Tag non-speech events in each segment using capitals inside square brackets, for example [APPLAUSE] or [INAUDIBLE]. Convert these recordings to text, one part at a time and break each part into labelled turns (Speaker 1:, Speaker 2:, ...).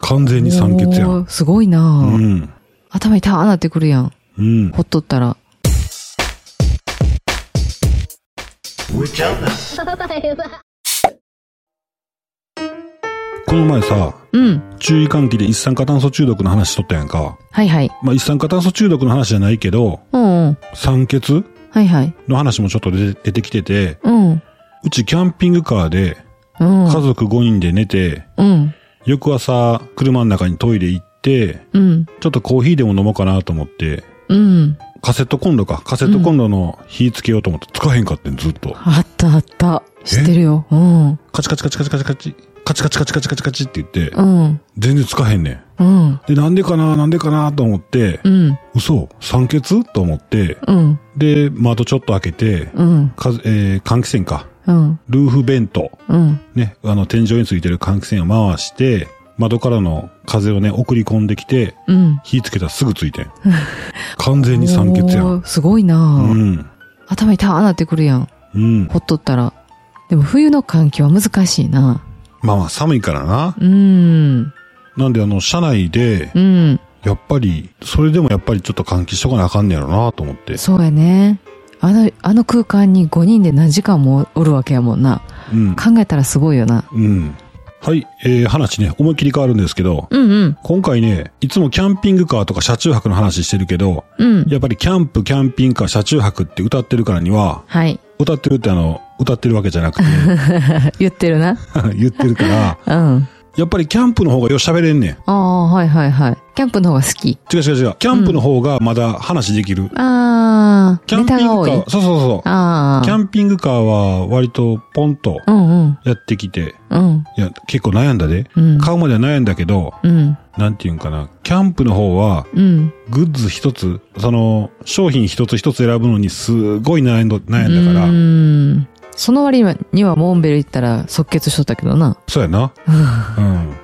Speaker 1: 完全に酸欠や
Speaker 2: お
Speaker 1: ん。
Speaker 2: ーすごいな
Speaker 1: う
Speaker 2: ぁ、
Speaker 1: ん。
Speaker 2: 頭痛ーなってくるやん。
Speaker 1: うん。
Speaker 2: ほっとったら。
Speaker 1: この前さ、
Speaker 2: うん。
Speaker 1: 注意喚起で一酸化炭素中毒の話しとったやんか。
Speaker 2: はいはい。
Speaker 1: まあ、一酸化炭素中毒の話じゃないけど、
Speaker 2: うんうん。
Speaker 1: 酸欠
Speaker 2: はいはい。
Speaker 1: の話もちょっと出て出てきてて、
Speaker 2: うん。
Speaker 1: うちキャンピングカーで
Speaker 2: うん。
Speaker 1: 家族5人で寝て、
Speaker 2: うん。
Speaker 1: 翌朝車の中にトイレ行って、
Speaker 2: うん。
Speaker 1: ちょっとコーヒーでも飲もうかなと思って、
Speaker 2: うん。
Speaker 1: カセットコンロか。カセットコンロの火つけようと思って、つかへんかってん、ずっと。
Speaker 2: あったあった。知ってるよ。うん。
Speaker 1: カチカチカチカチカチカチ、カチカチカチカチカチカチって言って
Speaker 2: う、ん。
Speaker 1: 全然つかへんねん。
Speaker 2: うん。
Speaker 1: で、なんでかななんでかなと思って
Speaker 2: う、ん。
Speaker 1: 嘘酸欠と思って、
Speaker 2: うん。
Speaker 1: で、窓ちょっと開けて、
Speaker 2: うん。
Speaker 1: かえー換気扇か。
Speaker 2: うん。
Speaker 1: ルーフベント。
Speaker 2: うん。
Speaker 1: ね、あの、天井についてる換気扇を回して、窓からの風をね、送り込んできて、
Speaker 2: うん。
Speaker 1: 火つけたらすぐついて
Speaker 2: [LAUGHS]
Speaker 1: ん。完全に酸欠やん。
Speaker 2: おーすごいな
Speaker 1: う
Speaker 2: ぁ、
Speaker 1: ん。
Speaker 2: 頭痛ーなってくるやん。
Speaker 1: うん。
Speaker 2: ほっとったら。でも冬の環境は難しいな
Speaker 1: まあまあ、寒いからな。
Speaker 2: うん。
Speaker 1: なんで、あの、車内で、
Speaker 2: うん。
Speaker 1: やっぱり、それでもやっぱりちょっと換気しとかなあかんねやろなと思って。
Speaker 2: そうやね。あの、あの空間に5人で何時間もおるわけやもんな。
Speaker 1: うん。
Speaker 2: 考えたらすごいよな。
Speaker 1: うん。はい、えー、話ね、思いっきり変わるんですけど、
Speaker 2: うんうん。
Speaker 1: 今回ね、いつもキャンピングカーとか車中泊の話してるけど、
Speaker 2: うん。
Speaker 1: やっぱりキャンプ、キャンピングカー、車中泊って歌ってるからには、
Speaker 2: はい。
Speaker 1: 歌ってるってあの、歌ってるわけじゃなくて、 [LAUGHS]
Speaker 2: 言ってるな。
Speaker 1: 言ってるから、
Speaker 2: うん。
Speaker 1: やっぱりキャンプの方がよう喋れんねん。
Speaker 2: ああ、はいはいはい。キャンプの方が好き。
Speaker 1: 違う違う違う。キャンプの方がまだ話できる。
Speaker 2: ああ、
Speaker 1: キャンピン
Speaker 2: ネタが
Speaker 1: グ
Speaker 2: 多
Speaker 1: カ
Speaker 2: い。
Speaker 1: ー、そうそうそう。
Speaker 2: ああ。
Speaker 1: キャンピングカーは割とポンと
Speaker 2: うんうん。
Speaker 1: やってきて、
Speaker 2: うん。
Speaker 1: いや、結構悩んだで。
Speaker 2: うん。
Speaker 1: 買うまでは悩んだけど、
Speaker 2: うん。
Speaker 1: なんていうんかな。キャンプの方は、
Speaker 2: うん。
Speaker 1: グッズ一つ、その、商品一つ一つ選ぶのにすごい悩んだ悩んだか
Speaker 2: う
Speaker 1: ら、
Speaker 2: ーん。その割にはモンベル行ったら即決しとったけどな。
Speaker 1: そうやな。うん。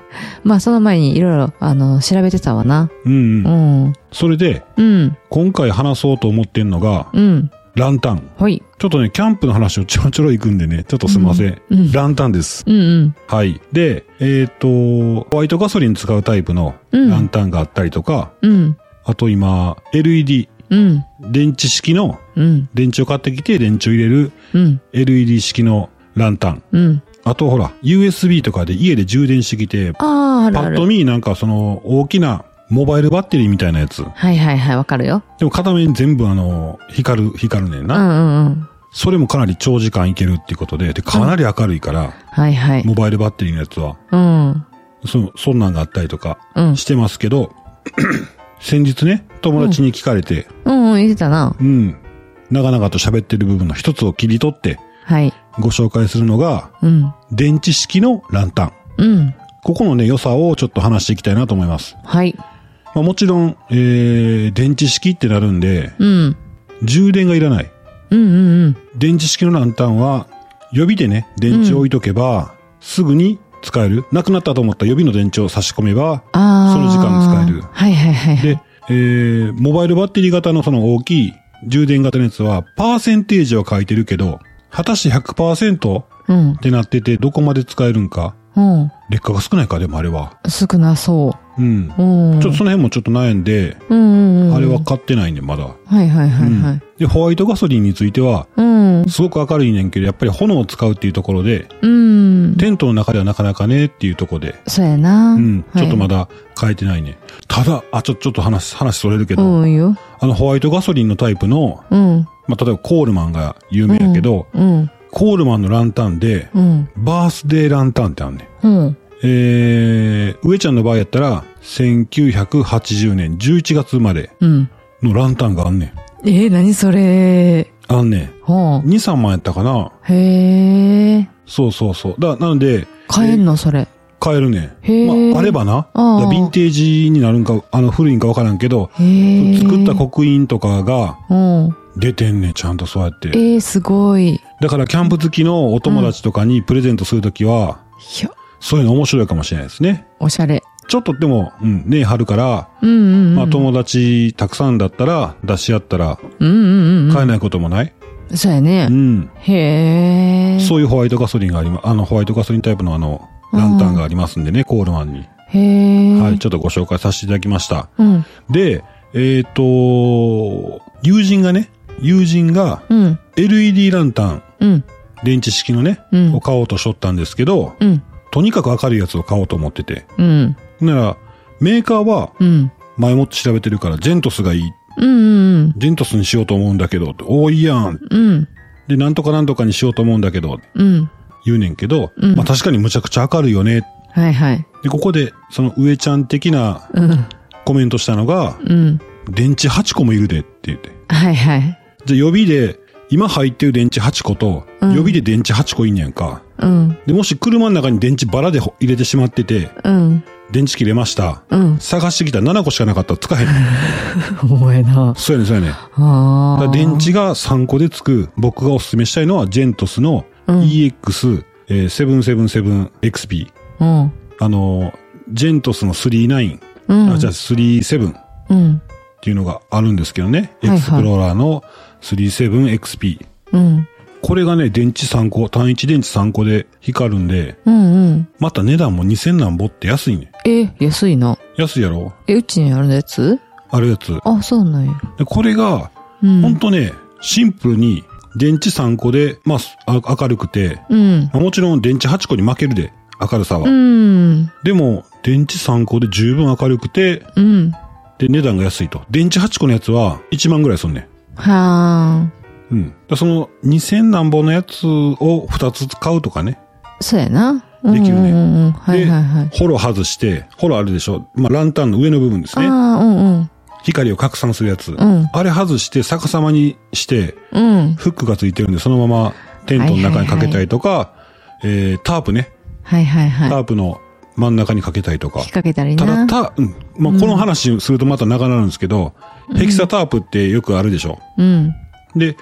Speaker 2: まあその前にいろいろ、あの、調べてたわな。
Speaker 1: うん
Speaker 2: う
Speaker 1: うん。
Speaker 2: ん。
Speaker 1: それで、
Speaker 2: うん。
Speaker 1: 今回話そうと思ってんのが、
Speaker 2: うん。
Speaker 1: ランタン。
Speaker 2: ほい。
Speaker 1: ちょっとね、キャンプの話をちょろちょろ行くんでね、ちょっとすいません。
Speaker 2: うんうん
Speaker 1: ランタンです。
Speaker 2: うんうん。
Speaker 1: はい。で、えっ、と、ホワイトガソリン使うタイプの
Speaker 2: うん
Speaker 1: ランタンがあったりとか、
Speaker 2: うん。
Speaker 1: あと今、LED、
Speaker 2: うん。
Speaker 1: 電池式の、
Speaker 2: うん。
Speaker 1: 電池を買ってきて電池を入れる
Speaker 2: うん。
Speaker 1: LED 式のランタン。
Speaker 2: うん。
Speaker 1: あとほら、USB とかで家で充電してきて、
Speaker 2: ああ、ある
Speaker 1: パ
Speaker 2: あ
Speaker 1: ッと
Speaker 2: る。
Speaker 1: 見なんかその大きなモバイルバッテリーみたいなやつ。
Speaker 2: はいはいはい、わかるよ。
Speaker 1: でも片面全部あの、光る、光るねん
Speaker 2: う
Speaker 1: な。
Speaker 2: んうんうん。
Speaker 1: それもかなり長時間いけるっていうことで、で、かなり明るいから、
Speaker 2: はいはい。
Speaker 1: モバイルバッテリーのやつは、
Speaker 2: うん。
Speaker 1: そ、そんなんがあったりとか
Speaker 2: うん。
Speaker 1: してますけど、先日ね、友達に聞かれて、
Speaker 2: うんうん、言ってたな。
Speaker 1: うん、長々と喋ってる部分の一つを切り取って
Speaker 2: はい。
Speaker 1: ご紹介するのが、
Speaker 2: うん。
Speaker 1: 電池式のランタン。
Speaker 2: うん。
Speaker 1: ここのね、良さをちょっと話していきたいなと思います。
Speaker 2: はい。
Speaker 1: まあ、もちろん、えー、電池式ってなるんで、
Speaker 2: うん。
Speaker 1: 充電がいらない。
Speaker 2: うんうんうん。
Speaker 1: 電池式のランタンは、予備でね、電池を置いとけば、すぐに使える。なくなったと思った予備の電池を差し込めば、
Speaker 2: ああ。
Speaker 1: その時間に使える
Speaker 2: はいはいはいはい。
Speaker 1: で、えー、モバイルバッテリー型のその大きい充電型のやつは、パーセンテージは書いてるけど、果たして100%っ
Speaker 2: うん。
Speaker 1: てなってて、どこまで使えるんか。
Speaker 2: うん。
Speaker 1: 劣化が少ないか、でもあれは。
Speaker 2: 少なそ
Speaker 1: うん。
Speaker 2: う。うん。
Speaker 1: ちょっとその辺もちょっと悩んで、
Speaker 2: うんうんうん。
Speaker 1: あれは。買ってないんで、まだ。
Speaker 2: はいはいは
Speaker 1: う
Speaker 2: い
Speaker 1: ん
Speaker 2: はい。
Speaker 1: で、ホワイトガソリンについては、
Speaker 2: うん。
Speaker 1: すごく明るいねんけど、やっぱり炎を使うっていうところで、
Speaker 2: うん。
Speaker 1: テントの中ではなかなかねっていうところで、
Speaker 2: そうやな。
Speaker 1: うん、ちょっとま
Speaker 2: だ。
Speaker 1: だ変えてないね。ただ、あ、ちょ、ちょっと話、話それるけ
Speaker 2: う
Speaker 1: ど、
Speaker 2: んよ。
Speaker 1: あのホワイトガソリンのタイプの、
Speaker 2: うん。
Speaker 1: まあ、例えばコールマンが有名やけど、
Speaker 2: うん。
Speaker 1: コールマンのランタンで、
Speaker 2: うん。
Speaker 1: バースデーランタンってあんねん。
Speaker 2: うん。
Speaker 1: えー、上ちゃんの場合やったら、1980年11月生まれ
Speaker 2: うん。
Speaker 1: のランタンがあんねん。
Speaker 2: えー、何それ。
Speaker 1: あんねん。
Speaker 2: ほう。
Speaker 1: 2、3万やったかな
Speaker 2: へえ。
Speaker 1: そうそうそう。だ、なので、
Speaker 2: 買えんのそれ。
Speaker 1: 買えるね
Speaker 2: へ
Speaker 1: ん。
Speaker 2: ー
Speaker 1: まあ、あればな。だ
Speaker 2: あー
Speaker 1: からヴィンテージになるんか、あの、古いんかわからんけど、
Speaker 2: へえ。
Speaker 1: 作った刻印とかが
Speaker 2: うん。
Speaker 1: 出てんねん、ちゃんとそうやって。
Speaker 2: ええ、すごい。い
Speaker 1: だから、キャンプ好きのお友達とかにプレゼントするときは、
Speaker 2: や、
Speaker 1: そういうの面白いかもしれないですね。
Speaker 2: おしゃれ。
Speaker 1: ちょっとでも、うん、ね、貼るから、
Speaker 2: うんうんうん。
Speaker 1: まあ、友達たくさんだったら、出し合ったら、
Speaker 2: うんうんうん
Speaker 1: 買えないこともない。
Speaker 2: うん。そうやね
Speaker 1: う。ん。
Speaker 2: へえ。
Speaker 1: そういうホワイトガソリンがありま、あの、ホワイトガソリンタイプのあの、ランタンがありますんでね、コールマンに。
Speaker 2: へえ。
Speaker 1: はい、ちょっとご紹介させていただきました。
Speaker 2: うん。
Speaker 1: で、えっ、と、友人がね、友人が
Speaker 2: うん
Speaker 1: LED ランタン、
Speaker 2: うん。
Speaker 1: 電池式のね、
Speaker 2: うん
Speaker 1: を買おうとしとったんですけど、
Speaker 2: うん。
Speaker 1: とにかく明るいやつを買おうと思ってて。
Speaker 2: うん。
Speaker 1: なら、メーカーは
Speaker 2: うん。
Speaker 1: 前もって調べてるから、ジェントスがいい。
Speaker 2: うん。うん。
Speaker 1: ジェントスにしようと思うんだけど、おーいいやん。
Speaker 2: うん。
Speaker 1: で、なんとかなんとかにしようと思うんだけど、
Speaker 2: うん。
Speaker 1: 言うねんけど、
Speaker 2: うん
Speaker 1: まあ確かにむちゃくちゃ明るいよね。
Speaker 2: はいはい。
Speaker 1: で、ここで、その上ちゃん的な
Speaker 2: うん。
Speaker 1: コメントしたのが、
Speaker 2: うん。
Speaker 1: 電池8個もいるでって言って。
Speaker 2: はいはい。
Speaker 1: じゃあ予備で、今入ってる電池8個と、
Speaker 2: うん
Speaker 1: 予備で電池8個いんねやんか。
Speaker 2: うん。
Speaker 1: で、もし車の中に電池バラでほ入れてしまってて、
Speaker 2: うん。
Speaker 1: 電池切れました。
Speaker 2: うん。
Speaker 1: 探してきたら7個しかなかったら使えへ
Speaker 2: [LAUGHS]
Speaker 1: ん。
Speaker 2: お前な。
Speaker 1: そうやねんそうやねん。だか
Speaker 2: あ
Speaker 1: ら
Speaker 2: あ。
Speaker 1: 電池が3個でつく、僕がおすすめしたいのは、ジェントスの
Speaker 2: うん
Speaker 1: EX、えー 777XP。
Speaker 2: うん。
Speaker 1: あのージェントスの39、
Speaker 2: うん。
Speaker 1: あ、じゃあ37っ
Speaker 2: うん。
Speaker 1: ていうのがあるんですけどね。
Speaker 2: はいはい
Speaker 1: エクスプローラーの 37XP。
Speaker 2: うん。
Speaker 1: これがね、電池3個、単一電池3個で光るんで、
Speaker 2: うんうん。
Speaker 1: また値段も2000なんぼって安いね。
Speaker 2: え、安いな。
Speaker 1: 安いやろ
Speaker 2: え、うちにあるやつ
Speaker 1: あるやつ。
Speaker 2: あ、そうなんや。
Speaker 1: でこれが、ほ
Speaker 2: う
Speaker 1: ん
Speaker 2: ん。
Speaker 1: とね、シンプルに、電池3個で、まあすあ、明るくて、
Speaker 2: うん。
Speaker 1: まあもちろん電池8個に負けるで、明るさは。
Speaker 2: うん。
Speaker 1: でも、電池3個で十分明るくて、
Speaker 2: うん。
Speaker 1: で、値段が安いと。電池8個のやつは、1万ぐらいすんね。
Speaker 2: はあ。
Speaker 1: うん。だからその、2000何本のやつを2つ買うとかね。
Speaker 2: そうやな。
Speaker 1: できるね
Speaker 2: うんうんうん。はいはいはい。
Speaker 1: で、ホロ外して、ホロあるでしょ。まあ、ランタンの上の部分です
Speaker 2: あ
Speaker 1: ね。
Speaker 2: あ、うん
Speaker 1: 光を拡散するやつ。
Speaker 2: うん
Speaker 1: あれ外して逆さまにして、
Speaker 2: うん。うん。
Speaker 1: フックがついてるんで、そのままテントの中にかけたりとか、えー、タープね。
Speaker 2: はいはいはい。
Speaker 1: タ
Speaker 2: 引っ
Speaker 1: ープの真ん中にかけたりとか。
Speaker 2: 掛けたり
Speaker 1: た
Speaker 2: な。
Speaker 1: だ、た、うん。まあ、この話するとまた長なるんですけど、ヘキサタープってよくあるでしょ。
Speaker 2: うん。
Speaker 1: で、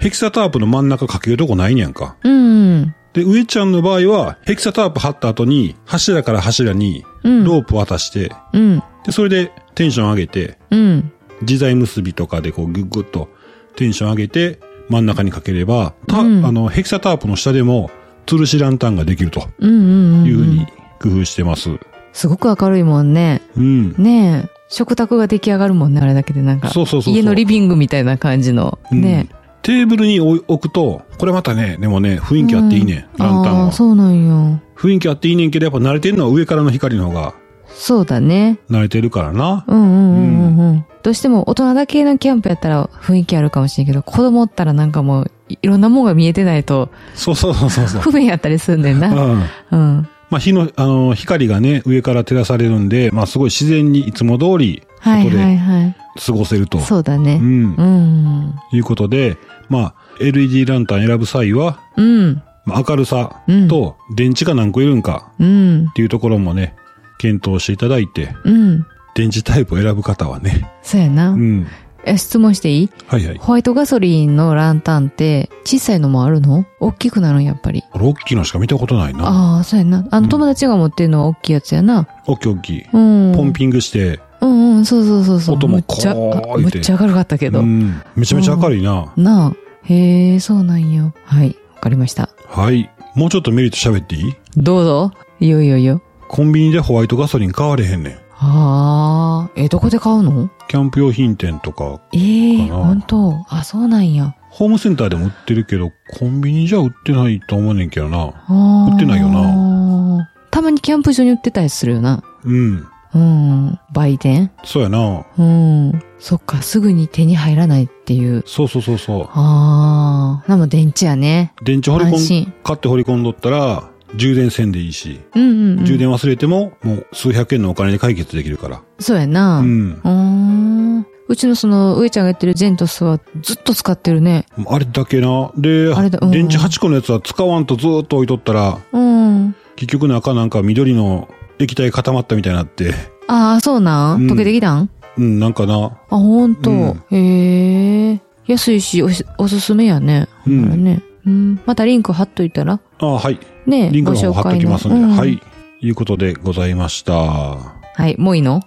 Speaker 1: ヘキサタープの真ん中かけるとこないねやんか。
Speaker 2: うん。
Speaker 1: で、上ちゃんの場合は、ヘキサタープ貼った後に、柱から柱に、
Speaker 2: うん
Speaker 1: ロープ渡して、
Speaker 2: うん。
Speaker 1: で、それでテンション上げて、
Speaker 2: うん。
Speaker 1: 自在結びとかでこうグッグッとテンション上げて真ん中にかければ、た
Speaker 2: うん
Speaker 1: あの、ヘキサタープの下でも吊るしランタンができると
Speaker 2: うんうんうん。
Speaker 1: いうふうに。工夫してます。
Speaker 2: すごく明るいもんね。
Speaker 1: うん。
Speaker 2: ねえ。食卓が出来上がるもんね、あれだけでなんか。
Speaker 1: そうそうそうそう
Speaker 2: 家のリビングみたいな感じの。
Speaker 1: うん
Speaker 2: ね
Speaker 1: テーブルに置い置くと、これまたね、でもね、雰囲気あっていいね、
Speaker 2: え。
Speaker 1: ランタン
Speaker 2: ああ、
Speaker 1: は。
Speaker 2: そうなんよ。
Speaker 1: 雰囲気あっていいねんけど、やっぱ慣れてるのは上からの光の方が
Speaker 2: そうだね。
Speaker 1: 慣れてるからな。
Speaker 2: うんうんうんうんうん。どうしても大人だけのキャンプやったら雰囲気あるかもしれんけど、子供おったらなんかもういいろんなもんが見えてないと
Speaker 1: そうそうそうそうそう。
Speaker 2: 不便やったりすんねん
Speaker 1: うん。 [LAUGHS]
Speaker 2: な。
Speaker 1: ま
Speaker 2: うん。
Speaker 1: あ、火の、あの、光がね、上から照らされるんで、まあ、すごい自然にいつも通り、
Speaker 2: はい
Speaker 1: 外
Speaker 2: は
Speaker 1: で
Speaker 2: いはい。
Speaker 1: 過ごせると。
Speaker 2: そうだ
Speaker 1: う
Speaker 2: ね。
Speaker 1: ん
Speaker 2: う。ん。
Speaker 1: ということで、まあ、LED ランタン選ぶ際は、
Speaker 2: うん。
Speaker 1: まあ、明るさ
Speaker 2: うん
Speaker 1: と電池が何個いるんか
Speaker 2: うん
Speaker 1: っ。ていうところもね、検討していただいて、
Speaker 2: うん。
Speaker 1: 電池タイプを選ぶ方はね。
Speaker 2: そうやな
Speaker 1: う。ん。
Speaker 2: え、質問していい
Speaker 1: はいはい。
Speaker 2: ホワイトガソリンのランタンって小さいのもあるの大きくなるんやっぱり。
Speaker 1: ロッキーのしか見たことないな。
Speaker 2: ああ、そうやな。あの友達が持ってるのは大きいやつやな。
Speaker 1: おっきいおっきい。
Speaker 2: うん。
Speaker 1: ポンピングして、
Speaker 2: うんうん、そうそうそうそう。
Speaker 1: 音も
Speaker 2: むっちゃ、
Speaker 1: こーい
Speaker 2: あ
Speaker 1: って
Speaker 2: むっちゃ明るかったけど
Speaker 1: う。ん。めちゃめちゃ明るいな。
Speaker 2: なあ。へえ、そうなんよ。はい。わかりました。
Speaker 1: はい。もうちょっとメリット喋っていい
Speaker 2: どうぞ。いよいよいよ。
Speaker 1: コンビニでホワイトガソリン買われへんねん。
Speaker 2: ああ。え、どこで買うの
Speaker 1: キャンプ用品店とか、
Speaker 2: ええ
Speaker 1: かな
Speaker 2: ほんと。あ、そうなんや。
Speaker 1: ホームセンターでも売ってるけど、コンビニじゃ売ってないと思うねんけどな。
Speaker 2: あー
Speaker 1: 売ってないよ
Speaker 2: な。たまにキャンプ場に売ってたりするよな。
Speaker 1: うん。
Speaker 2: うん。売店
Speaker 1: そうやな。
Speaker 2: うん。そっか、すぐに手に入らないっていう。
Speaker 1: そうそうそうそう。
Speaker 2: ああ。なも電池やね。
Speaker 1: 電池掘り
Speaker 2: 安
Speaker 1: 込ん
Speaker 2: 心、
Speaker 1: 買って掘り込んどったら、充電せんでいいし、
Speaker 2: うんうん、うん。
Speaker 1: 充電忘れても、もう数百円のお金で解決できるから。
Speaker 2: そうやな。
Speaker 1: うん。
Speaker 2: うーん。うちのその、上ちゃんがやってるジェントスはずっと使ってるね。
Speaker 1: あれだけな。で、
Speaker 2: あれだうん
Speaker 1: 電池8個のやつは使わんとずーっと置いとったら、
Speaker 2: うん。
Speaker 1: 結局中なんか緑の液体固まったみたいになって、 [LAUGHS]
Speaker 2: ああ、そうなん、
Speaker 1: うん
Speaker 2: 溶けてきたん
Speaker 1: うん、なんかな。
Speaker 2: あ、ほんと。
Speaker 1: うん
Speaker 2: へえ。安いしおし、おすすめやね。
Speaker 1: うん
Speaker 2: ほらね。うん。またリンク貼っといたら
Speaker 1: あはい。
Speaker 2: ね
Speaker 1: リンクの方貼っときますんで、は。
Speaker 2: ご紹介
Speaker 1: い。いうことでございました。
Speaker 2: うんはい、もういいの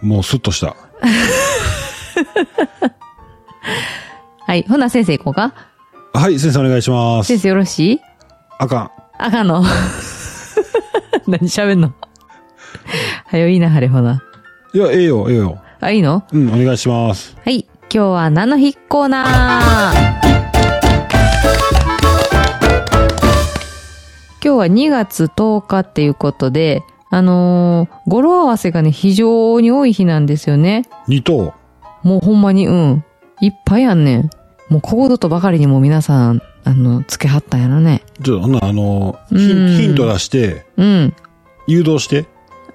Speaker 1: もうスッとした。
Speaker 2: はい。ほな、先生行こうか。
Speaker 1: はい、先生お願いします
Speaker 2: 先。生よろしい
Speaker 1: [LAUGHS] あかん。
Speaker 2: [LAUGHS] あかんの。何喋んのはよいいな、晴れほな。
Speaker 1: いや、ええよ、ええよ。
Speaker 2: あ、いいの
Speaker 1: うん、お願いします。
Speaker 2: はい。今日は何の日コーナー今日は2月10日っていうことで、あのー語呂合わせがね、非常に多い日なんですよね。
Speaker 1: 二等。
Speaker 2: もうほんまに、うん。いっぱいあんねん。もうここぞとばかりにもう皆さん、あの、つけはったんやろね。
Speaker 1: ちょっと、ほんならあの、ヒ
Speaker 2: うん
Speaker 1: ンヒント出して、
Speaker 2: うん。
Speaker 1: 誘導して。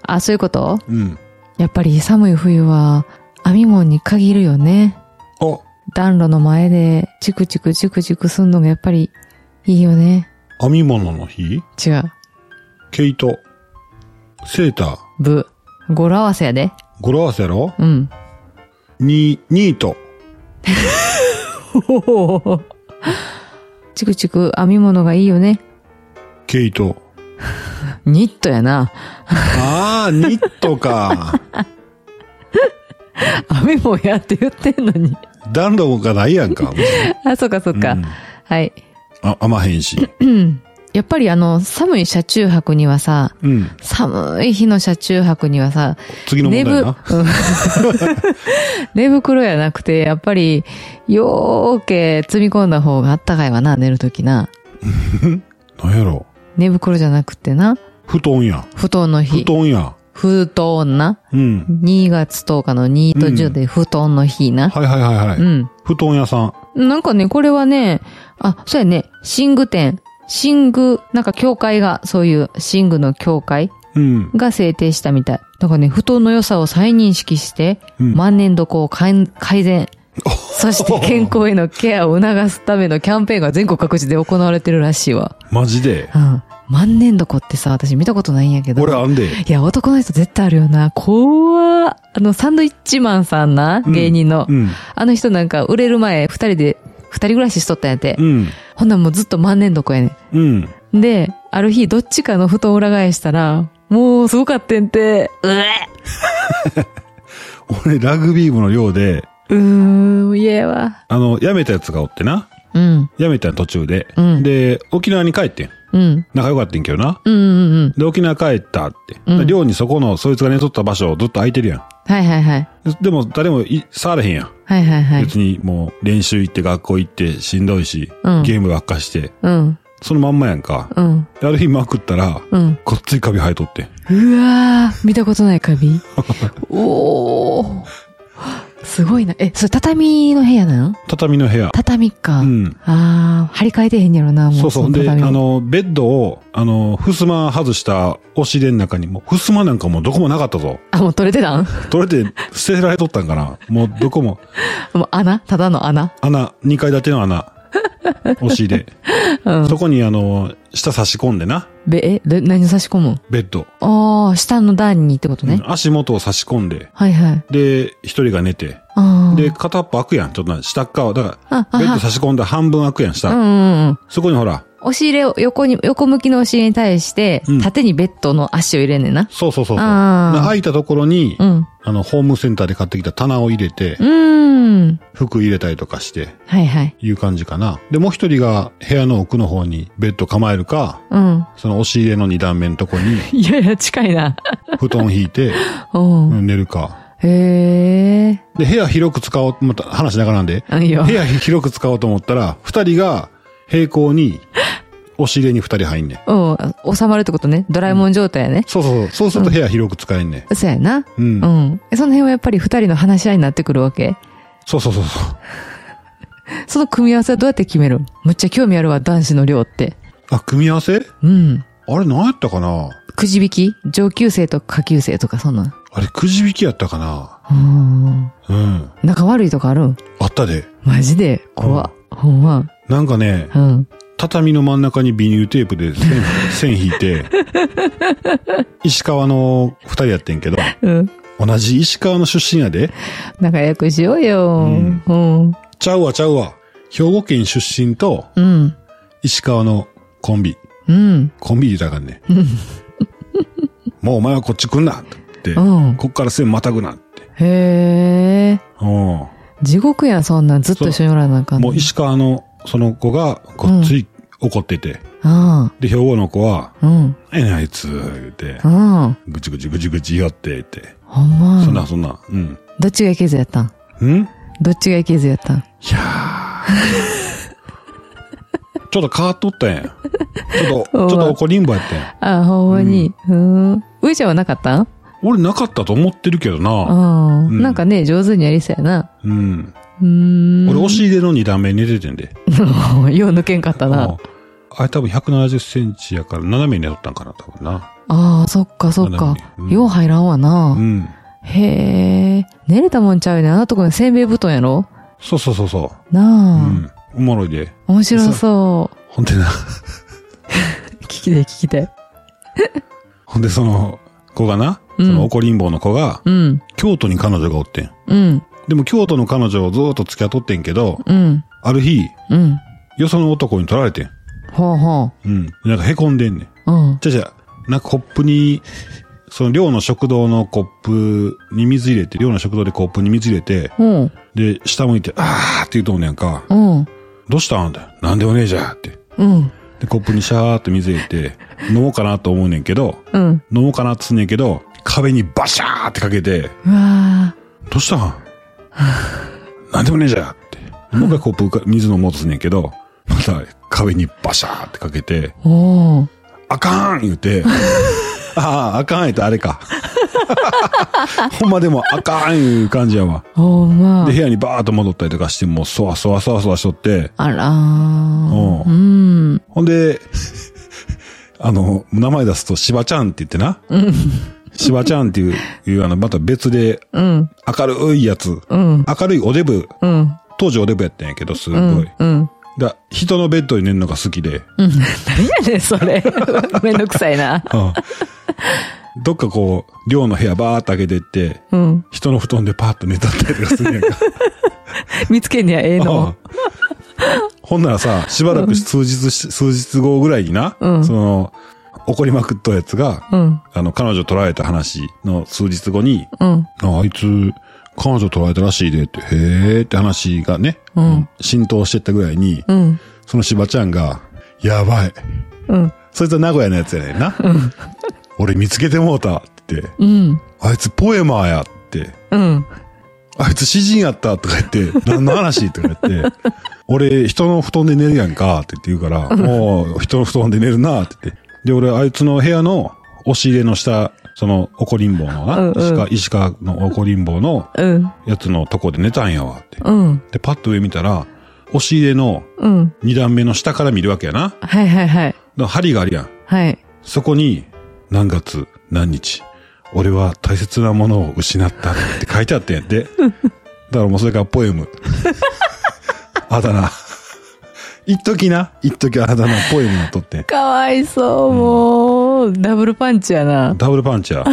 Speaker 2: あ、そういうこと
Speaker 1: うん。
Speaker 2: やっぱり寒い冬は、編み物に限るよね。
Speaker 1: あ、
Speaker 2: 暖炉の前で、チクチクチクチクすんのがやっぱり、いいよね。
Speaker 1: 編み物の日
Speaker 2: 違う。
Speaker 1: 毛糸。セーター。
Speaker 2: ぶ。語呂合わせやで。
Speaker 1: 語呂合わせやろ [LAUGHS]
Speaker 2: うん。
Speaker 1: に、ニート。
Speaker 2: チクチク編み物がいいよね。
Speaker 1: 毛糸。
Speaker 2: ニットやな。
Speaker 1: ああ、ニット
Speaker 2: [LAUGHS]
Speaker 1: か。
Speaker 2: 編み物やって言ってんのに。 [LAUGHS]
Speaker 1: 暖炉がないやんか。
Speaker 2: あ、そっかそっか。
Speaker 1: うん
Speaker 2: はい。
Speaker 1: あ、あまへんし。
Speaker 2: やっぱりあの、寒い車中泊にはさ、
Speaker 1: うん。
Speaker 2: 寒い日の車中泊にはさ、
Speaker 1: 次の問題
Speaker 2: ぶ
Speaker 1: な。、
Speaker 2: [LAUGHS] 寝袋やなくて、やっぱり、よーけ積み込んだ方があったかいわな、寝るときな。
Speaker 1: なんやろ。
Speaker 2: 寝袋じゃなくてな、
Speaker 1: 布団や。
Speaker 2: 布団の日
Speaker 1: 布。団や。
Speaker 2: 布団な。
Speaker 1: うん。
Speaker 2: 2月10日の2と10で布団の日な。
Speaker 1: はいはいはいはい。
Speaker 2: うん。
Speaker 1: 布団屋さん。
Speaker 2: なんかね、これはね、あ、そうやね、寝具店。寝具、なんか教会が、そういう寝具の教会
Speaker 1: うん。
Speaker 2: が制定したみたい。なんかね、布団の良さを再認識して、
Speaker 1: うん
Speaker 2: 万年床を改改善。そして健康へのケアを促すためのキャンペーンが全国各地で行われてるらしいわ。
Speaker 1: マジで。
Speaker 2: うん。万年床ってさ、私見たことないんやけど。
Speaker 1: 俺あんで。
Speaker 2: いや、男の人絶対あるよな。怖っあの、サンドイッチマンさんな、
Speaker 1: うん
Speaker 2: 芸人の。
Speaker 1: うん。
Speaker 2: あの人なんか、売れる前、二人で、二人暮らししとったんやて。
Speaker 1: うん。
Speaker 2: ほんなんもうずっと万年床やね
Speaker 1: うん。
Speaker 2: ん。で、ある日、どっちかの布団裏返したら、もう、すごかってんて。うえ
Speaker 1: 俺ラグビー部の寮で、
Speaker 2: うーん、嫌やわ。
Speaker 1: あの、辞めたやつがおってな。
Speaker 2: うん、
Speaker 1: 辞めた途中で。
Speaker 2: うん
Speaker 1: で、沖縄に帰ってん。
Speaker 2: うん、
Speaker 1: 仲良かったんけどな。
Speaker 2: うん、うん、うん。
Speaker 1: で、沖縄帰ったって。
Speaker 2: うん
Speaker 1: 寮にそこの、そいつが寝とった場所ずっと空いてるやん。
Speaker 2: はいはいはい。
Speaker 1: ででも、誰もい触れへんやん。
Speaker 2: はいはいはい。
Speaker 1: 別にもう、練習行って学校行ってしんどいし、
Speaker 2: うん
Speaker 1: ゲームばっかして、
Speaker 2: うん、
Speaker 1: そのまんまやんか。
Speaker 2: うん、
Speaker 1: である日まくったら、
Speaker 2: うん。
Speaker 1: こっついカビ生えとって。
Speaker 2: うわー、見たことないカ
Speaker 1: [LAUGHS]
Speaker 2: ビ。おー。すごいな。え、それ畳の部屋なの
Speaker 1: 畳の部屋。
Speaker 2: 畳か。
Speaker 1: うん。
Speaker 2: あー、張り替えてへんやろな、もう。
Speaker 1: そうそう。
Speaker 2: の
Speaker 1: で、あ
Speaker 2: 畳を、
Speaker 1: の、ベッドを、あの、襖外した押し入れの中にも、襖なんかもうどこもなかったぞ。
Speaker 2: あ、もう取れてたん [LAUGHS]
Speaker 1: 取れて捨てられとったんかな。もうどこも、
Speaker 2: もう穴ただの穴
Speaker 1: 穴、2階建ての
Speaker 2: [LAUGHS]
Speaker 1: 穴。押し入れ。
Speaker 2: うん。
Speaker 1: そこにあの、下差し込んでな、
Speaker 2: べ、え、で何を差し込むん
Speaker 1: ベッド。
Speaker 2: ああ、下の段にってことね。
Speaker 1: うん足元を差し込んで、
Speaker 2: はいはい。
Speaker 1: で、一人が寝て、
Speaker 2: ああ。
Speaker 1: で、片っぽ開くやん。ちょっとな、下っ側。だか
Speaker 2: あ、
Speaker 1: ら、
Speaker 2: あ
Speaker 1: ベッド
Speaker 2: は
Speaker 1: 差し込んで半分開くやん、
Speaker 2: う
Speaker 1: 下。
Speaker 2: んうんうん。
Speaker 1: そこにほら、
Speaker 2: 押し入れを横に、横向きの押し入れに対して、
Speaker 1: うん
Speaker 2: 縦にベッドの足を入れんねんな。
Speaker 1: そうそうそうそう。
Speaker 2: あー
Speaker 1: な開いたところに、
Speaker 2: うん。
Speaker 1: あの、ホームセンターで買ってきた棚を入れて
Speaker 2: う、ーん。
Speaker 1: 服入れたりとかして、
Speaker 2: はいはい。
Speaker 1: いう感じかな。で、もう一人が部屋の奥の方にベッド構えるか、
Speaker 2: うん。
Speaker 1: その押し入れの二段目のとこに
Speaker 2: いやいや、近いな。
Speaker 1: 布団引いて、
Speaker 2: [LAUGHS] うん。
Speaker 1: うん寝るか。
Speaker 2: へえ。
Speaker 1: で、部屋広く使おう、また話しながらなんで、
Speaker 2: あいいよ
Speaker 1: 部。屋広く使おうと思ったら、二人が平行に押し入れに二人入んねん。
Speaker 2: うん。収まるってことね。ドラえもん状態やね。
Speaker 1: そうそうそう。そうすると部屋広く使えんねん。
Speaker 2: そうやな。
Speaker 1: う。
Speaker 2: うんん。えその辺はやっぱり二人の話し合いになってくるわけ。
Speaker 1: そうそうそうそう。
Speaker 2: その組み合わせはどうやって決めるむっちゃ興味あるわ、男子の量って。
Speaker 1: あ、組み合わせ
Speaker 2: うん。
Speaker 1: あれ何やったかな
Speaker 2: くじ引き上級生と下級生とかそんなん。
Speaker 1: あれくじ引きやったかな
Speaker 2: うん。
Speaker 1: うん。
Speaker 2: 仲悪いとかあるん
Speaker 1: あったで。
Speaker 2: マジで怖っ。ほんま。
Speaker 1: なんかね、
Speaker 2: うん。
Speaker 1: 畳の真ん中にビニールテープで線 [LAUGHS] 線引いて、石川の二人やってんけど、
Speaker 2: うん。
Speaker 1: 同じ石川の出身やで。
Speaker 2: 仲良くしようよ。う
Speaker 1: うんん。
Speaker 2: うん。
Speaker 1: ちゃうわちゃうわ。兵庫県出身と
Speaker 2: うん。
Speaker 1: 石川のコンビ。
Speaker 2: うん。
Speaker 1: コンビ言うたらあか
Speaker 2: [LAUGHS]
Speaker 1: んね。もうお前はこっち来んなって。
Speaker 2: うん
Speaker 1: こっから線またぐなって。
Speaker 2: へえ。
Speaker 1: うん
Speaker 2: 地獄やん、そんなん。ずっと一緒におらなあかんの。
Speaker 1: もう石川のその子が、こっち怒ってて。
Speaker 2: うん。
Speaker 1: で、兵庫の子は、
Speaker 2: うん。
Speaker 1: ええな、あいつ、言って
Speaker 2: う、ん。
Speaker 1: ぐちぐちぐちぐち言いよって、言って。
Speaker 2: ほんま。
Speaker 1: そんな、そんな、うん。
Speaker 2: どっちがいけずやったん
Speaker 1: んい
Speaker 2: どっちがいけずやったん
Speaker 1: や
Speaker 2: [LAUGHS]
Speaker 1: ーちょっと変わっとったやん。ちょ
Speaker 2: [LAUGHS]
Speaker 1: っと、ちょっと怒りんぼやったやん。
Speaker 2: あ、ほんまに。うん。ういちゃんはなかったん
Speaker 1: 俺なかったと思ってるけど
Speaker 2: う
Speaker 1: な。
Speaker 2: ん。
Speaker 1: ん
Speaker 2: なんかね、上手にやりそうやな。
Speaker 1: うん。
Speaker 2: うーん。
Speaker 1: 俺、押し入れの二段目に寝ててんで。
Speaker 2: よう抜けんかった
Speaker 1: う。
Speaker 2: なん
Speaker 1: あれ多分170センチやから、斜めに寝とったんかな、多分な。
Speaker 2: ああ、そっかそっか
Speaker 1: 斜め。にうん
Speaker 2: よう入らんわ
Speaker 1: う
Speaker 2: な。
Speaker 1: ん。
Speaker 2: へえ。寝れたもんちゃうね。あのとこのせんべい布団やろ
Speaker 1: そうそうそうそ
Speaker 2: な
Speaker 1: う。う
Speaker 2: あ。
Speaker 1: ん。おもろいで。
Speaker 2: 面白そう。
Speaker 1: ほんでな、 [LAUGHS]
Speaker 2: 聞きたい聞きたい。
Speaker 1: ほんでその子がな、
Speaker 2: うん
Speaker 1: その怒りん坊の子が、
Speaker 2: うん。
Speaker 1: 京都に彼女がおってん。
Speaker 2: うん。
Speaker 1: でも京都の彼女をずーっと付き合っとってんけど、
Speaker 2: うん。
Speaker 1: ある日、
Speaker 2: うん。
Speaker 1: よその男に取られてん。
Speaker 2: ほうほ
Speaker 1: うん。なんか凹んでんねん。
Speaker 2: う。うん。
Speaker 1: じゃじゃ、なんかコップに、その寮の食堂のコップに水入れて、寮の食堂でコップに水入れて、
Speaker 2: うん。
Speaker 1: で、下向いて、あーって言うとんねやんか。
Speaker 2: うん。
Speaker 1: どうしたんだなんでもねえじゃんって。
Speaker 2: うん。
Speaker 1: で、コップにシャーって水入れて、飲もうかなと思うねんけど、
Speaker 2: うん。
Speaker 1: 飲もうかなってすんねんけど、壁にバシャーってかけて、
Speaker 2: うわ
Speaker 1: どうしたんなんでもねえじゃんって。もう一回コップか水飲もうとすんねんけど、また壁にバシャーってかけて、
Speaker 2: ーおー。
Speaker 1: あかん言うて、ああ、あかん言うてあれか。 [LAUGHS] ほんまでもあかんいう感じやわ。
Speaker 2: ほんま
Speaker 1: で、。部屋にバーっと戻ったりとかして、もうそわそわそわそわしとって、
Speaker 2: あらー。
Speaker 1: おう
Speaker 2: うん。
Speaker 1: ほんで、あの、名前出すと、しばちゃんって言ってな。しばちゃんっていう、いうあの、また別で、
Speaker 2: うん。
Speaker 1: 明るいやつ。
Speaker 2: うん。
Speaker 1: 明るいおデブ。
Speaker 2: うん。
Speaker 1: 当時おデブやったんやけど、すご
Speaker 2: う
Speaker 1: い。
Speaker 2: ん。うん。
Speaker 1: だ人のベッドに寝るのが好きで。
Speaker 2: うん。何やねん、そ
Speaker 1: [LAUGHS]
Speaker 2: れ。めんどくさいな。
Speaker 1: うんどっかこう、寮の部屋バーっと開けてって、
Speaker 2: うん。
Speaker 1: 人の布団でパーッと寝とったりとかするんやんか。
Speaker 2: 見つけんにはええ
Speaker 1: う
Speaker 2: の
Speaker 1: ん。ほんならさ、しばらく数日し、数日後ぐらいにな、
Speaker 2: うん
Speaker 1: その、怒りまくったやつが、
Speaker 2: うん。
Speaker 1: あの、彼女取られた話の数日後に、
Speaker 2: うん。
Speaker 1: ああいつ、彼女取られたらしいでって、へーって話がね、
Speaker 2: うん
Speaker 1: 浸透してったぐらいに、
Speaker 2: うん。
Speaker 1: そのしばちゃんが、やばい。
Speaker 2: うん。
Speaker 1: そいつは名古屋のやつやねんな。俺見つけてもうたって、
Speaker 2: うん。
Speaker 1: あいつポエマーやって、
Speaker 2: うん。
Speaker 1: あいつ詩人やったとか言って、何の話とか言って、俺人の布団で寝るやんかって言って言うから、もう人の布団で寝るなって言って。で、俺あいつの部屋の押し入れの下、その怒りん坊のな、
Speaker 2: うんうん
Speaker 1: 石川、石川の怒りん坊の
Speaker 2: うん。
Speaker 1: やつのとこで寝たんやわって。
Speaker 2: うん。
Speaker 1: で、パッと上見たら、押し入れの
Speaker 2: うん。
Speaker 1: 二段目の下から見るわけやな。だか
Speaker 2: はいはいはい。
Speaker 1: ら針があるやん。
Speaker 2: はい。
Speaker 1: そこに、何月、何日、俺は大切なものを失ったって書いてあってんやって。だからもうそれからポエム。あだ名。一時な、一時あだ名、ポエムをとってん。
Speaker 2: かわいそう、もう。ダブルパンチやな。
Speaker 1: ダブルパンチや。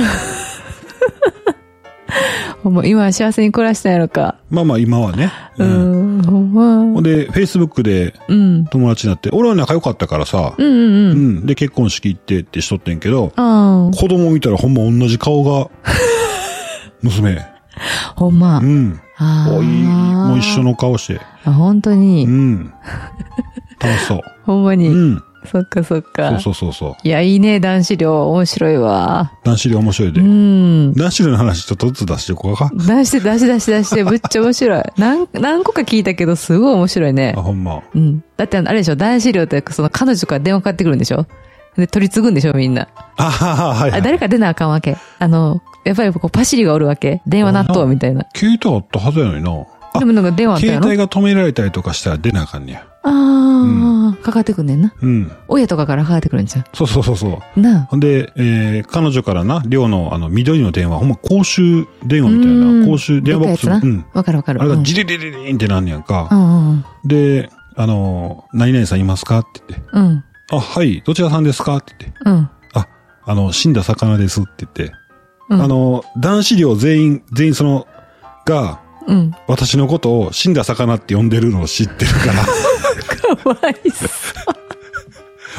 Speaker 2: ほんま、今は幸せに暮らしたんやろか。
Speaker 1: まあまあ今はね。
Speaker 2: う
Speaker 1: うん
Speaker 2: ん。ほん
Speaker 1: ほ
Speaker 2: ま。
Speaker 1: んで、Facebook で
Speaker 2: うん。
Speaker 1: 友達になって、俺は仲良かったからさ、
Speaker 2: うんう
Speaker 1: う
Speaker 2: んうん。
Speaker 1: ん。で、結婚式行ってってしとってんけど、
Speaker 2: あ
Speaker 1: 子供見たらほんま同じ顔が、娘。
Speaker 2: あ。ほんま
Speaker 1: う。ん。
Speaker 2: ああ。
Speaker 1: おい、もう一緒の顔して。
Speaker 2: あ。本当
Speaker 1: う
Speaker 2: に。
Speaker 1: ん。楽しそう。
Speaker 2: ほんま
Speaker 1: う
Speaker 2: に。
Speaker 1: ん。
Speaker 2: そっかそっ
Speaker 1: そう
Speaker 2: か。
Speaker 1: そうそうそう。
Speaker 2: いや、いいね、男子寮。面白いわ。
Speaker 1: 男子寮面白いうで。
Speaker 2: ん。
Speaker 1: 男子寮の話ちょっとずつ出していこうか。
Speaker 2: 出して、出し出し出して、ぶっちゃ面白い。何、何個か聞いたけど、すごい面白いね
Speaker 1: あ、。ほんま。
Speaker 2: うん。だってあのあれでしょ、男子寮って、その彼女から電話かかってくるんでしょで、取り継ぐんでしょ、みんな。
Speaker 1: あはは、はい、は
Speaker 2: あ、
Speaker 1: い。
Speaker 2: 誰か出なあかんわけ。あの、やっぱりこう、パシリがおるわけ。電話納豆みたいな。
Speaker 1: 携帯あったはずやのにな。あ
Speaker 2: でもなんか電話あったや
Speaker 1: 携
Speaker 2: ろ
Speaker 1: 帯が止められたりとかしたら出なあかんねや。
Speaker 2: ああ、かかってくんねんな。
Speaker 1: うん。
Speaker 2: 親とかからかかってくるんじゃ
Speaker 1: そうそうそうそう。
Speaker 2: うなあ。
Speaker 1: ほんで、えー、彼女からな、寮のあの、緑の電話、ほんま公衆電話みたい
Speaker 2: うん
Speaker 1: な、公衆電話ボックス。
Speaker 2: でかいやつ
Speaker 1: う。
Speaker 2: なんわかるわかる。
Speaker 1: あれ
Speaker 2: う
Speaker 1: が
Speaker 2: ん
Speaker 1: ジリリリリンってなんねやん
Speaker 2: う
Speaker 1: か。
Speaker 2: んうん
Speaker 1: で、あのー、何々さんいますかって言って。
Speaker 2: うん。うん。
Speaker 1: あ、はい、どちらさんですかって言って。
Speaker 2: うん。
Speaker 1: あ、あの、死んだ魚ですって言って、
Speaker 2: うん
Speaker 1: あの、男子寮全員、全員その、が、
Speaker 2: うん。
Speaker 1: 私のことを死んだ魚って呼んでるのを知ってる
Speaker 2: [LAUGHS]
Speaker 1: から、
Speaker 2: [LAUGHS] かわいそう。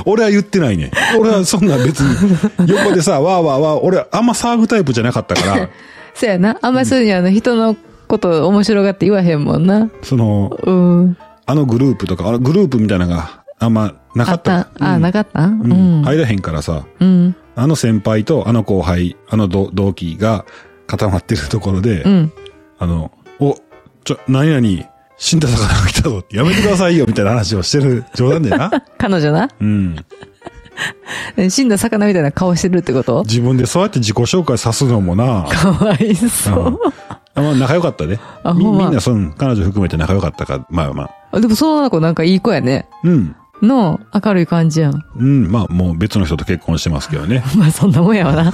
Speaker 1: 俺は言ってないね。俺はそんな別に、横でさ、わーわーわー、俺あんま騒ぐタイプじゃなかった
Speaker 2: [LAUGHS]
Speaker 1: から、
Speaker 2: そやな。あんまりそういうにあの、人のこと面白がって言わへんもんな。
Speaker 1: その、
Speaker 2: うん。
Speaker 1: あのグループとか、あのグループみたいなのがあんまなかった。
Speaker 2: ああ、
Speaker 1: うん
Speaker 2: なかったうん。
Speaker 1: うん。入らへんからさ、
Speaker 2: うん。
Speaker 1: あの先輩とあの後輩、あの同同期が固まってるところで、
Speaker 2: うん。
Speaker 1: あの、お、ちょ、何々、死んだ魚が来たぞ、やめてくださいよ、みたいな話をしてる冗談で
Speaker 2: [LAUGHS]
Speaker 1: な。
Speaker 2: 彼女な
Speaker 1: うん。
Speaker 2: 死んだ魚みたいな顔してるってこと
Speaker 1: 自分でそうやって自己紹介さすのもな。
Speaker 2: かわいそう。
Speaker 1: あまあ、仲良かったね。
Speaker 2: あ
Speaker 1: み
Speaker 2: ほんま
Speaker 1: みんな、その、彼女含めて仲良かったから、まあまあ。
Speaker 2: あでもその子なんかいい子やね。
Speaker 1: うん。
Speaker 2: の、明るい感じやん。 [LAUGHS]
Speaker 1: うん、まあ、もう別の人と結婚してますけどね。
Speaker 2: まあそんなもん
Speaker 1: [LAUGHS]
Speaker 2: やわな。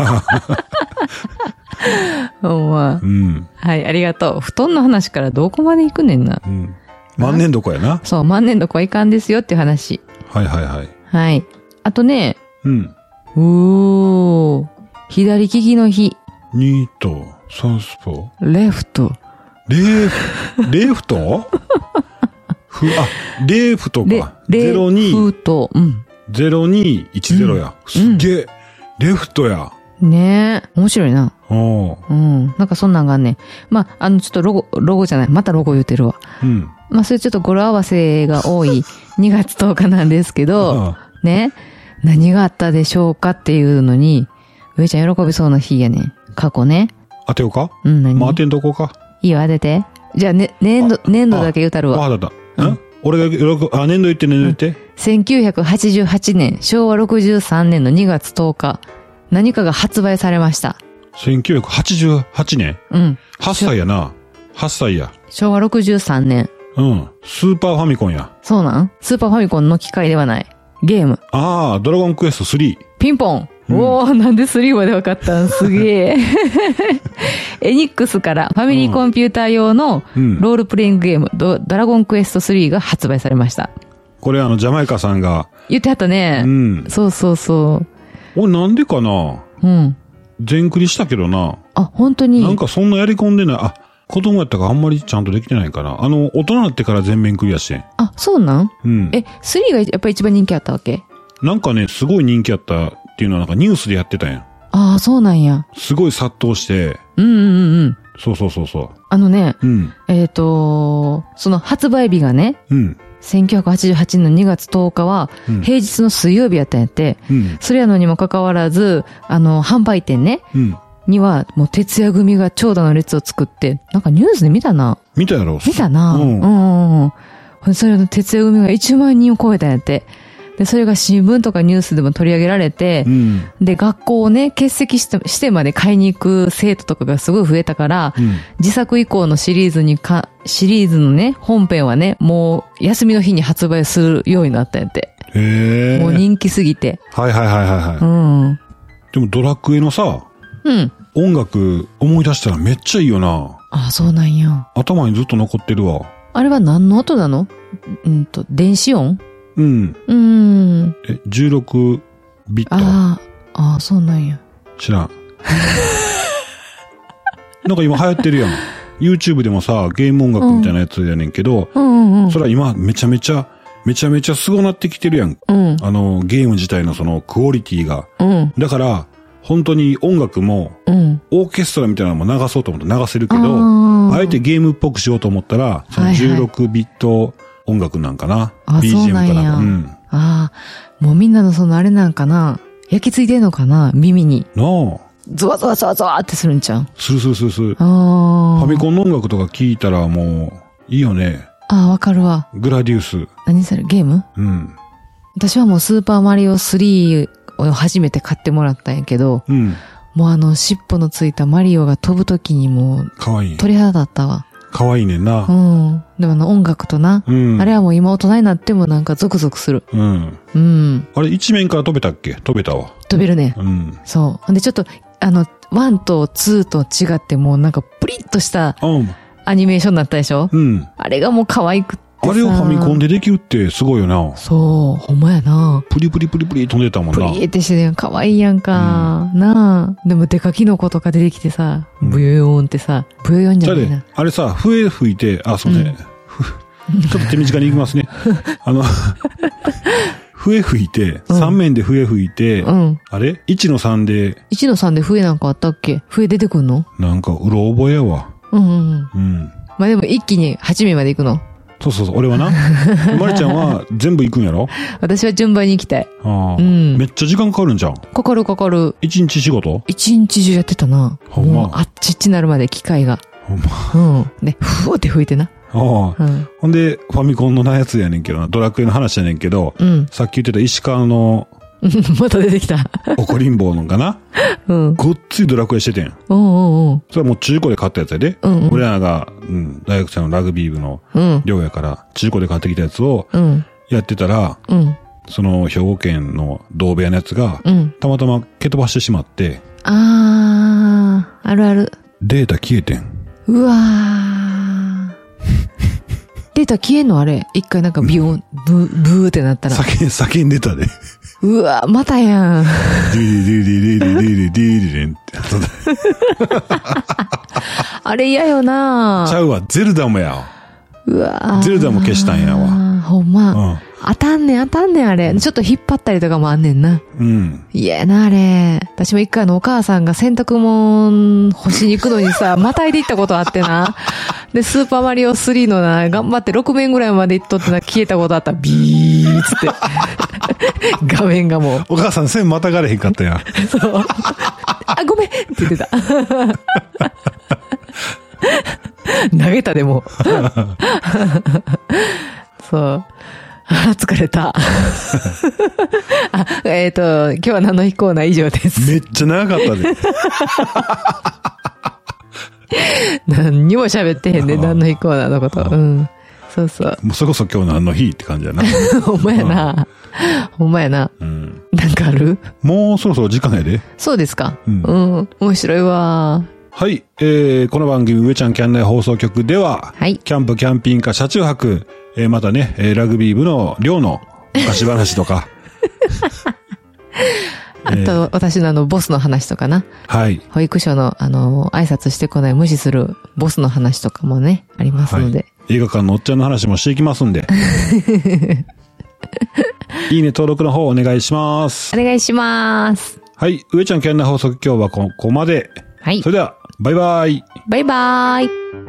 Speaker 2: ほんま
Speaker 1: う。ん。
Speaker 2: はい、ありがとう。布団の話からどこまで行くねんな。
Speaker 1: うん。万年床やな。
Speaker 2: そう、万年床はいかんですよっていう話。
Speaker 1: はいはいはい。
Speaker 2: はい。あとね、
Speaker 1: うん。
Speaker 2: うおー、左利きの日、
Speaker 1: ニート、サウスポ
Speaker 2: レフト、
Speaker 1: ー。レーフ、レーフ
Speaker 2: [LAUGHS]
Speaker 1: トふ、あ、レーフト
Speaker 2: レ
Speaker 1: か、。
Speaker 2: レ
Speaker 1: 02
Speaker 2: フ、ト、うん。
Speaker 1: 0210や。すげえ。レフトや。
Speaker 2: ねえ、面白いな。
Speaker 1: おう
Speaker 2: うん。なんかそんなんがあんねん。まあ、あの、ちょっとロゴ、ロゴじゃない。またロゴ言うてるわ。
Speaker 1: うん。
Speaker 2: まあ、そういうちょっと語呂合わせが多い2月10日なんですけど、
Speaker 1: あ
Speaker 2: ね。何があったでしょうかっていうのに、上ちゃん喜びそうな日やねん。過去ね。
Speaker 1: 当てようか
Speaker 2: うん、何
Speaker 1: まあ、当てんとこうか。
Speaker 2: いいよ、当てて。じゃあ、ね、年度、年度だけ言うたるわ。
Speaker 1: わかった。ん俺が喜ぶ、あ、年度言って年度言って。
Speaker 2: 1988年、昭和63年の2月10日、何かが発売されました。
Speaker 1: 1988年。
Speaker 2: うん。
Speaker 1: 8歳やな。8歳や。
Speaker 2: 昭和63年。
Speaker 1: うん。スーパーファミコンや。
Speaker 2: そうなんスーパーファミコンの機械ではない。ゲーム。
Speaker 1: ああ、ドラゴンクエスト3。
Speaker 2: ピンポン、おー、なんで3まで分かったんすげえ。 [LAUGHS] エニックスからファミリーコンピューター用の
Speaker 1: うん
Speaker 2: ロールプレイングゲーム、ドドラゴンクエスト3が発売されました。
Speaker 1: これあの、ジャマイカさんが。
Speaker 2: 言ってはったね
Speaker 1: う。ん。
Speaker 2: そうそうそ
Speaker 1: お、なんでかな
Speaker 2: う。うん。
Speaker 1: 全クリしたけどな。
Speaker 2: あ、本当に。
Speaker 1: なんかそんなやり込んでない。あ、子供やったからあんまりちゃんとできてないかな。あの、大人になってから全面クリアしてん。
Speaker 2: あ、そうなん
Speaker 1: うん。
Speaker 2: え、3がやっぱり一番人気あったわけ
Speaker 1: なんかね、すごい人気やったっていうのはなんかニュースでやってたんや
Speaker 2: ああ、そうなんや。
Speaker 1: すごい殺到して。
Speaker 2: うんうんうんうん。
Speaker 1: そうそうそうそ
Speaker 2: あのね、
Speaker 1: う。うん。
Speaker 2: えっ、とその発売日がね、
Speaker 1: うん。
Speaker 2: 1988年の2月10日は、
Speaker 1: うん
Speaker 2: 平日の水曜日やったんやって、
Speaker 1: うん。
Speaker 2: それやのにもかかわらず、あの、販売店ね、
Speaker 1: うん。
Speaker 2: には、もう徹夜組が長蛇の列を作って、なんかニュースで見たな。
Speaker 1: 見たやろ
Speaker 2: 見たな。
Speaker 1: う
Speaker 2: うん
Speaker 1: ん。
Speaker 2: うんうんうん。それの徹夜組が1万人を超えたんやって。で、それが新聞とかニュースでも取り上げられて
Speaker 1: う、ん。
Speaker 2: で、学校をね、欠席してしてまで買いに行く生徒とかがすごい増えたから、
Speaker 1: うん。
Speaker 2: 自作以降のシリーズにか、シリーズのね、本編はね、もう休みの日に発売するようになったんやって。
Speaker 1: へえ。
Speaker 2: もう人気すぎて。
Speaker 1: はいはいはいはいは
Speaker 2: うん。
Speaker 1: い。でもドラクエのさ、
Speaker 2: うん。
Speaker 1: 音楽思い出したらめっちゃいいよな。
Speaker 2: あ、そうなんや。
Speaker 1: 頭にずっと残ってるわ。
Speaker 2: あれは何の音なのうんと、電子音
Speaker 1: うん。
Speaker 2: うーん。
Speaker 1: え、16ビット。
Speaker 2: ああ、ああ、そうなんや。
Speaker 1: 知らん。なんか今流行ってるやん。YouTube でもさ、ゲーム音楽みたいなやつやねんけど、
Speaker 2: うんうんうん
Speaker 1: そ。れは今めちゃめちゃ、めちゃめちゃ凄なってきてるやん。
Speaker 2: うん。
Speaker 1: あの、ゲーム自体のそのクオリティが。
Speaker 2: うん。
Speaker 1: だから、本当に音楽も、
Speaker 2: うん。
Speaker 1: オーケストラみたいなのも流そうと思って流せるけ
Speaker 2: あ
Speaker 1: ど、
Speaker 2: ー
Speaker 1: あえてゲームっぽくしようと思ったら、その
Speaker 2: はいはい
Speaker 1: 16ビット音楽なんかな。
Speaker 2: あ
Speaker 1: BGM
Speaker 2: そ
Speaker 1: か
Speaker 2: うなんや
Speaker 1: なんか。
Speaker 2: ああ、もうみんなのそのあれなんかな。焼き付いてんのかな耳に。
Speaker 1: うん。なあ。
Speaker 2: ゾワゾワゾワゾワってするんちゃう
Speaker 1: するするするする。フ
Speaker 2: ああ。
Speaker 1: ァミコンの音楽とか聞いたらもう、いいよね。
Speaker 2: ああ、わかるわ。
Speaker 1: グラディウス。
Speaker 2: 何それゲーム
Speaker 1: うん。
Speaker 2: 私はもうスーパーマリオ3を初めて買ってもらったんやけど、
Speaker 1: うん。
Speaker 2: もうあの尻尾のついたマリオが飛ぶ時にもう
Speaker 1: かわいい。
Speaker 2: 鳥肌だったわ。
Speaker 1: かわいいねん
Speaker 2: う
Speaker 1: な。
Speaker 2: ん。でもあの音楽とな。
Speaker 1: うん。
Speaker 2: あれはもう今大人になってもなんかゾクゾクする。
Speaker 1: うん。
Speaker 2: うん。
Speaker 1: あれ一面から飛べたっけ飛べたわ。
Speaker 2: 飛べるね。
Speaker 1: うん。
Speaker 2: そう。ほんでちょっと、あの、1と2と違ってもうなんかプリッとした
Speaker 1: うん。
Speaker 2: アニメーションだったでしょ
Speaker 1: うん。
Speaker 2: あれがもう可愛くって
Speaker 1: あ
Speaker 2: さ。
Speaker 1: れをファミコンでできるってすごいよな。
Speaker 2: そう、ほんまやな。
Speaker 1: プリプリプリプリ飛んでたもん
Speaker 2: プリ
Speaker 1: な。
Speaker 2: ーってしてるやん。可愛いやんか。なあ。でもデカキノコとか出てきてさ、
Speaker 1: うん
Speaker 2: ブヨヨーンってさ、ブヨヨーンじ
Speaker 1: じゃ
Speaker 2: ゃ
Speaker 1: あ
Speaker 2: ない
Speaker 1: ね
Speaker 2: な。、
Speaker 1: あれさ、笛吹いて、あ、そうね。ふちょっと手短に行き
Speaker 2: [LAUGHS]
Speaker 1: ますね。あの、笛吹いて、
Speaker 2: うん
Speaker 1: 3面で笛吹いて、
Speaker 2: うん。
Speaker 1: あれ ?1 の3で、
Speaker 2: 1の3で笛なんかあったっけ笛出てくんの
Speaker 1: なんか、うろ覚えやわ。
Speaker 2: うんうんうん。
Speaker 1: うん。
Speaker 2: まあでも一気に8名まで行くの。
Speaker 1: そうそうそう、俺は
Speaker 2: [LAUGHS]
Speaker 1: な。まりちゃんは全部行くんやろ
Speaker 2: 私は順番に行きたい。
Speaker 1: ああ、
Speaker 2: うん
Speaker 1: めっちゃ時間かかるんじゃん。
Speaker 2: かかるかかる。
Speaker 1: 一日仕事
Speaker 2: 一日中やってたな。
Speaker 1: ほんま
Speaker 2: もうあっちっちなるまで機械が。
Speaker 1: ほんま。
Speaker 2: うん。で、ふーって吹いてな。
Speaker 1: ああ。
Speaker 2: うん。
Speaker 1: ほんで、ファミコンのなやつやねんけどな、ドラクエの話やねんけど、
Speaker 2: うん。 [LAUGHS]
Speaker 1: さっき言ってた石川の
Speaker 2: また出てきた。
Speaker 1: 怒りん坊のかな
Speaker 2: うん。
Speaker 1: ごっついドラクエしててん。
Speaker 2: うんうんうん。
Speaker 1: それはもう中古で買ったやつやで。
Speaker 2: うんうん
Speaker 1: 俺らが、うん、大学生のラグビー部の
Speaker 2: うん。
Speaker 1: 寮やから、中古で買ってきたやつを
Speaker 2: うん。
Speaker 1: やってたら、
Speaker 2: うん。
Speaker 1: その兵庫県の同部屋のやつが、
Speaker 2: うん。
Speaker 1: たまたま蹴飛ばしてしまって、
Speaker 2: あー、あるある。
Speaker 1: データ消えてん。
Speaker 2: うわー。データ消えんのあれ。一回なんかビヨン、ブー、ブーってなったら。
Speaker 1: 叫ん、叫んでたで。
Speaker 2: うわー、またやん。
Speaker 1: ディディディディディディディディディディディディって後で。
Speaker 2: あれ嫌よな
Speaker 1: ちゃうわ、ゼルダもや。
Speaker 2: うわー
Speaker 1: ゼルダも消したんやわ。
Speaker 2: ほんま。
Speaker 1: うん。
Speaker 2: 当たんねん、当たんねん、あれ。ちょっと引っ張ったりとかもあんねんな。
Speaker 1: うん。
Speaker 2: いやな、あれ。私も一回あのお母さんが洗濯物干しに行くのにさ、またいで行ったことあってな。で、スーパーマリオ3のな、頑張って6面ぐらいまで行っとってな、消えたことあった。ビーっつって。 [LAUGHS] 画面がもう。
Speaker 1: お母さん線またがれへんかったやん。
Speaker 2: そう。あ、ごめんって言ってた。 [LAUGHS] 投げたでも。 [LAUGHS] そう。 [LAUGHS] あ、疲れた。 [LAUGHS] あ、えっ、と、今日は何の日コーナー以上です。
Speaker 1: めっちゃ長かったで。
Speaker 2: 何にも喋ってへんで、
Speaker 1: あー
Speaker 2: 何の日コーナーのこと。うん。そう
Speaker 1: [LAUGHS]
Speaker 2: そう。
Speaker 1: もうそれこそ今日のあの日って感じやな。
Speaker 2: ほんまやな。ほんまやな。
Speaker 1: うん。
Speaker 2: なんかある
Speaker 1: もうそろそろ時間やで。
Speaker 2: そうですか。
Speaker 1: う
Speaker 2: うんん。面白いわ。
Speaker 1: はい。えー、この番組、上ちゃんキャン内放送局では、
Speaker 2: はい
Speaker 1: キャンプ、キャンピングカー、車中泊、えー、またね、えーラグビー部の寮の昔話とか、
Speaker 2: あと、私のあの、ボスの話とかな。
Speaker 1: はい。
Speaker 2: 保育所の、あの、挨拶してこない無視するボスの話とかもね、あります
Speaker 1: は
Speaker 2: の
Speaker 1: い
Speaker 2: で。。
Speaker 1: 映画館のおっちゃんの話もしていきますんで。いいね、登録の方お願いします。
Speaker 2: お願いします。
Speaker 1: はい。上ちゃんキャン内放送局、今日はここまで。
Speaker 2: はい
Speaker 1: そ。れでは、バイバイ。
Speaker 2: バイバーイ。